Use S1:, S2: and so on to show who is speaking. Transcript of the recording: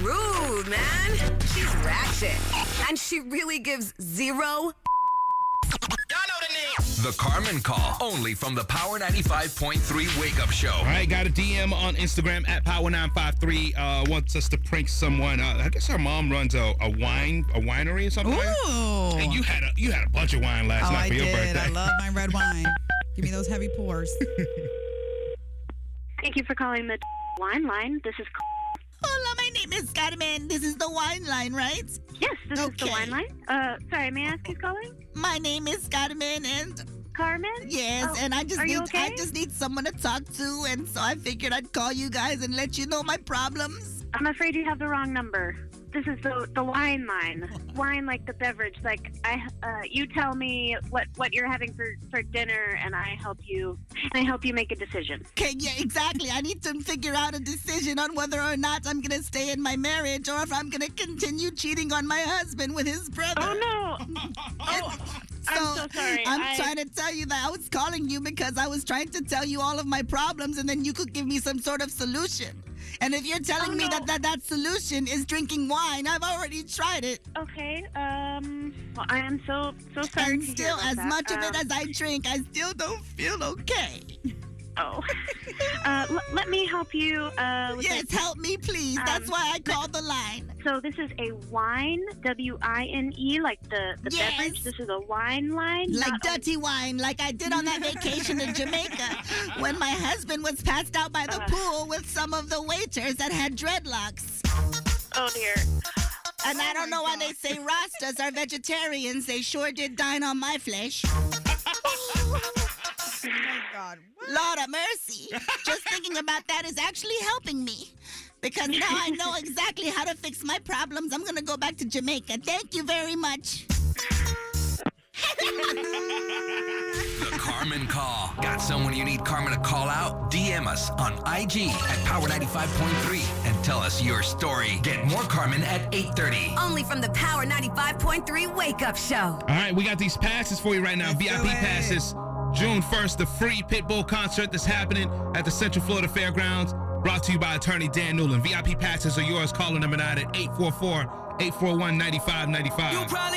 S1: dude, man. She's ratchet. And she really gives zero.
S2: The Carmen Call, only from the Power 95.3 Wake Up Show.
S3: All right, got a DM on Instagram at Power953. Uh, wants us to prank someone. Uh, I guess her mom runs a, a wine a winery or something. like that.
S4: Ooh.
S3: And you had a you had a bunch of wine last
S4: oh,
S3: night
S4: I
S3: for your
S4: did.
S3: birthday.
S4: I love my red wine. Give me those heavy pours.
S5: Thank you for calling the wine line. This is
S6: Hola, my name is Carmen. This is the wine line, right?
S5: yes, this is the
S6: Okay.
S5: wine line. Uh, sorry, may I ask who's calling?
S6: My name is Carmen, and
S5: Carmen.
S6: yes,
S5: Oh,
S6: and I just
S5: are
S6: need
S5: you
S6: I
S5: okay?
S6: just need someone to talk to, and so I figured I'd call you guys and let you know my problems.
S5: I'm afraid you have the wrong number. This is the the wine line. Wine like the beverage. Like I, uh, you tell me what what you're having for for dinner, and I help you. And I help you make a decision.
S6: Okay, yeah, exactly. I need to figure out a decision on whether or not I'm gonna stay in my marriage or if I'm gonna continue cheating on my husband with his brother.
S5: Oh no! I'm so sorry.
S6: I'm
S5: I-
S6: trying to tell you that I was calling you because I was trying to tell you all of my problems and then you could give me some sort of solution. And if you're telling
S5: Oh,
S6: me
S5: no.
S6: that, that that solution is drinking wine, I've already tried it.
S5: Okay. Um. Well, I am so so sorry.
S6: and
S5: to hear
S6: still,
S5: about
S6: as
S5: that.
S6: much of
S5: Um,
S6: it as I drink, I still don't feel okay.
S5: Oh. uh, l- let me help you. Uh, with
S6: Yes,
S5: it.
S6: help me, please. That's
S5: Um,
S6: why I called the line.
S5: So this is a wine, W I N E, like the, the
S6: Yes.
S5: beverage. This is a wine line.
S6: Like
S5: not a-
S6: dirty wine, like I did on that vacation to Jamaica when my husband was passed out by
S5: Uh.
S6: the pool with some of the waiters that had dreadlocks.
S5: oh dear.
S6: And I don't know why they say Rastas are vegetarians. They sure did dine on my flesh.
S4: my God. What?
S6: Lord of mercy. Just thinking about that is actually helping me. Because now I know exactly how to fix my problems. I'm going to go back to Jamaica. Thank you very much.
S2: The Carmen Call. Got someone you need Carmen to call out? DM us on IG at Power 95.3 and tell us your story. Get more Carmen at 8.30.
S1: Only from the Power 95.3 Wake Up Show.
S3: All right, we got these passes for you right now.
S4: Let's
S3: VIP
S4: do it.
S3: passes. June 1st, the free Pitbull concert that's happening at the Central Florida Fairgrounds. Brought to you by attorney Dan Newland. VIP passes are yours. Call the number 9 at 844 841 9595.